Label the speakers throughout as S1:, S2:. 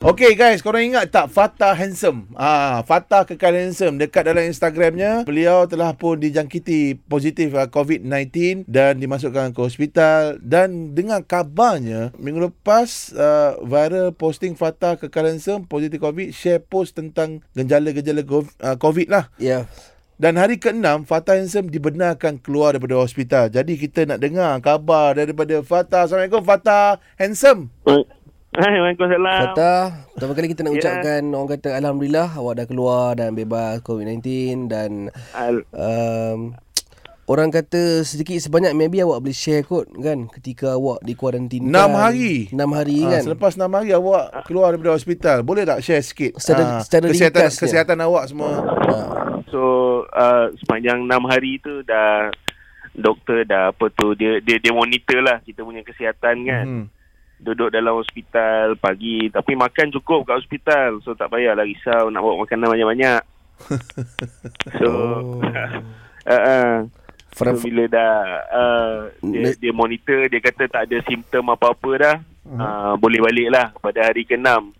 S1: Okay guys, korang ingat tak Fatah Handsome? Ah, Fatah Kekal Handsome dekat dalam Instagramnya, beliau telah pun dijangkiti positif ah, COVID-19 dan dimasukkan ke hospital dan dengan kabarnya minggu lepas ah, viral posting Fatah Kekal Handsome positif COVID share post tentang gejala-gejala gov- ah, COVID lah.
S2: Ya.
S1: Dan hari ke-6 Fatah Handsome dibenarkan keluar daripada hospital. Jadi kita nak dengar kabar daripada Fatah. Assalamualaikum Fatah Handsome.
S3: Wa- Hai, Waalaikumsalam.
S2: Fatah, pertama kali kita nak
S3: Um, Ya.
S2: ucapkan orang kata Alhamdulillah awak dah keluar dan bebas COVID-19 dan
S3: Al-
S2: um, orang kata sedikit sebanyak maybe awak boleh share kot kan ketika awak di kuarantin.
S1: Enam hari.
S2: 6 hari
S1: Ah,
S2: kan.
S1: Selepas 6 hari awak keluar daripada hospital. Boleh tak share sikit?
S2: Ah. Secara-
S1: Ah,
S2: secara
S1: kesihatan,
S2: ringkasnya.
S1: kesihatan awak semua.
S2: Ah.
S3: So, uh, sepanjang 6 hari tu dah doktor dah apa tu dia dia, dia monitor lah kita punya kesihatan kan.
S1: Hmm.
S3: Duduk dalam hospital pagi tapi makan cukup kat hospital. So tak payahlah risau nak bawa makanan banyak-banyak. so
S2: Oh.
S3: uh, uh, so,
S2: From,
S3: bila dah uh, dia,
S2: Ne-
S3: dia monitor dia kata tak ada simptom apa-apa dah
S1: Mhm.
S3: uh, boleh balik lah pada hari ke-6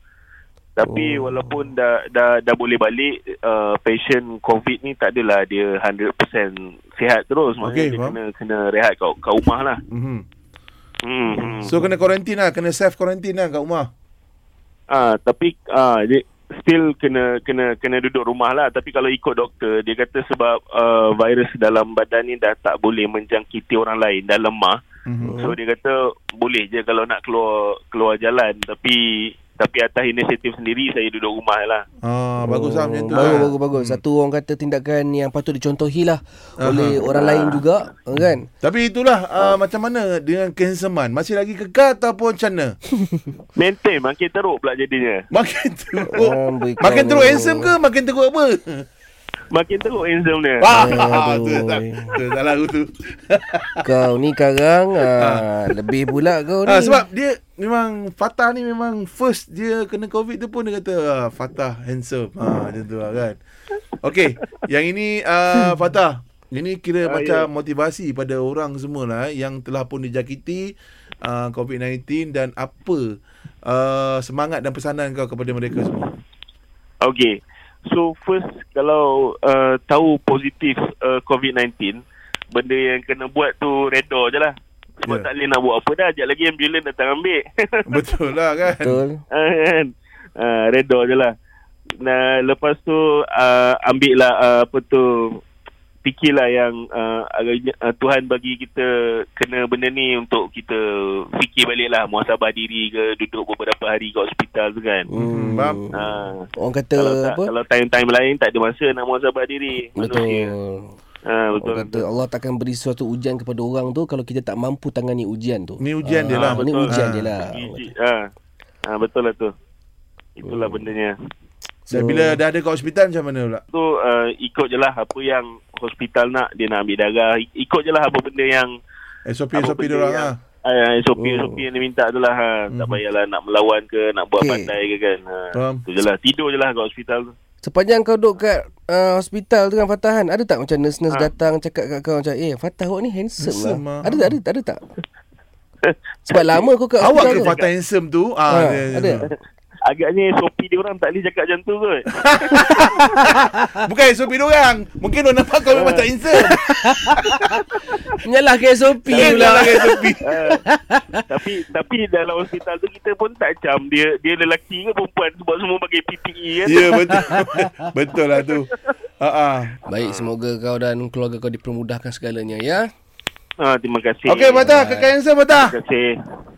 S3: tapi
S2: Oh.
S3: oh. walaupun dah, dah dah boleh balik uh, patient covid ni tak adalah dia 100% sihat terus maknanya
S1: Okey,
S3: dia
S1: faham.
S3: kena kena rehat kat kat rumah lah
S1: Mhm.
S3: hmm hmm.
S1: So kena kuarantin lah, kena self kuarantin lah kat rumah.
S3: Ah, tapi ah dia still kena kena kena duduk rumah lah. Tapi kalau ikut doktor, dia kata sebab uh, virus dalam badan ni dah tak boleh menjangkiti orang lain, dah lemah.
S1: Mhm.
S3: So dia kata boleh je kalau nak keluar keluar jalan. Tapi tapi atas inisiatif sendiri saya duduk rumah lah.
S1: Ah, bagus lah macam tu.
S2: Bagus,
S1: lah.
S2: bagus, bagus. Satu orang kata tindakan yang patut dicontohi lah oleh
S1: Aha.
S2: orang lain juga kan.
S1: Tapi itulah ah, macam mana dengan kehansoman? Masih lagi kekal ataupun macam mana?
S3: Maintain makin teruk pula jadinya.
S1: Makin teruk.
S2: Ah, berikan
S1: makin teruk
S2: ni.
S1: handsome ke makin teruk apa?
S3: Makin teruk handsome dia.
S1: Ah,
S2: Aduh.
S1: tu tak- tu salah aku tu.
S2: Kau ni karang ah, lebih pula kau ni.
S1: Ah, sebab dia memang Fatah ni memang first dia kena covid tu pun dia kata ah, Fatah handsome. Ha macam tu lah kan. Okey, yang ini ah, Fatah. Ini kira
S3: Ah,
S1: macam
S3: ya.
S1: motivasi pada orang semua lah eh, yang telah pun dijakiti ah, COVID-19 dan apa ah, semangat dan pesanan kau kepada mereka semua.
S3: Okay. So first kalau uh, tahu positif uh, COVID-19, benda yang kena buat tu reda je lah.
S1: Ya.
S3: Sebab yeah. tak boleh nak buat apa dah. Sekejap lagi ambulans datang ambil.
S1: Betul lah kan?
S2: Betul.
S3: Ah, kan? uh, reda je lah. Nah, lepas tu uh, ambil lah uh, apa tu fikirlah yang uh, agaknya, uh, Tuhan bagi kita kena benda ni untuk kita fikir balik lah muhasabah diri ke duduk beberapa hari kat hospital tu kan.
S1: Hmm, faham.
S3: Ah.
S2: Orang kata
S3: kalau tak,
S2: apa?
S3: kalau time-time lain tak ada masa nak muhasabah diri.
S2: Betul.
S3: Ha, betul.
S2: Orang kata Allah takkan beri suatu ujian kepada orang tu kalau kita tak mampu tangani ujian tu.
S1: Ni ujian dia
S2: Ah,
S1: lah.
S2: Ni
S3: betul.
S2: ujian
S1: Ah.
S2: dia lah.
S3: Gigi, ha. ha. betul lah tu. Itulah
S2: Hmm.
S3: bendanya.
S1: Dan bila dah ada kat hospital macam mana pula?
S3: Tu uh, ikut je lah apa yang hospital nak. Dia nak ambil darah. I- Ikut je lah apa benda yang Apa
S1: SOP-SOP dia
S3: benda
S1: orang
S3: yang-
S1: lah.
S3: uh, SOP,
S2: Oh.
S3: SOP yang dia minta tu lah. Ha. Tak
S1: Mhm.
S3: payahlah nak melawan ke, nak buat
S2: Okey.
S3: pandai ke kan. Ha.
S1: Faham.
S3: Tu je lah. Tidur je lah kat hospital tu.
S2: Sepanjang kau duduk kat uh, hospital tu kan Fatahan, ada tak macam nurse-nurse
S3: Ah.
S2: datang cakap kat kau macam, "Eh, Fatah awak ni handsome,
S1: Handsome
S2: lah."
S1: lah.
S2: Ada tak? Ada tak? Ada tak? Sebab lama kau kat
S1: Awak ke
S2: hospital.
S1: Fatah handsome tu?
S2: Ha,
S1: Ah, dia-
S2: ada.
S3: Agaknya SOP dia orang tak boleh cakap macam tu kot.
S1: Bukan SOP dia orang. Mungkin orang nampak
S3: Ah.
S1: kau memang tak handsome.
S2: Menyalahkan SOP
S1: Dia
S2: pula.
S1: lah SOP.
S3: Ah, tapi tapi dalam hospital tu kita pun tak cam dia dia lelaki ke perempuan sebab semua pakai PPE kan.
S1: Ya betul. betul lah tu. Ha ah.
S2: Baik, semoga kau dan keluarga kau dipermudahkan segalanya ya.
S3: Ah, terima kasih.
S1: Okey Fatah, kakak handsome Fatah.
S3: Terima kasih.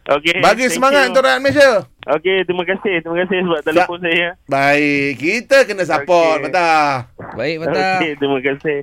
S3: Okey.
S1: Bagi
S3: thank
S1: semangat
S3: you.
S1: untuk rakyat Malaysia.
S3: Okey, terima kasih. Terima kasih sebab telefon saya.
S1: Baik, kita kena support
S3: Okey.
S1: Fatah.
S2: Baik, Fatah.
S3: Okey, terima kasih.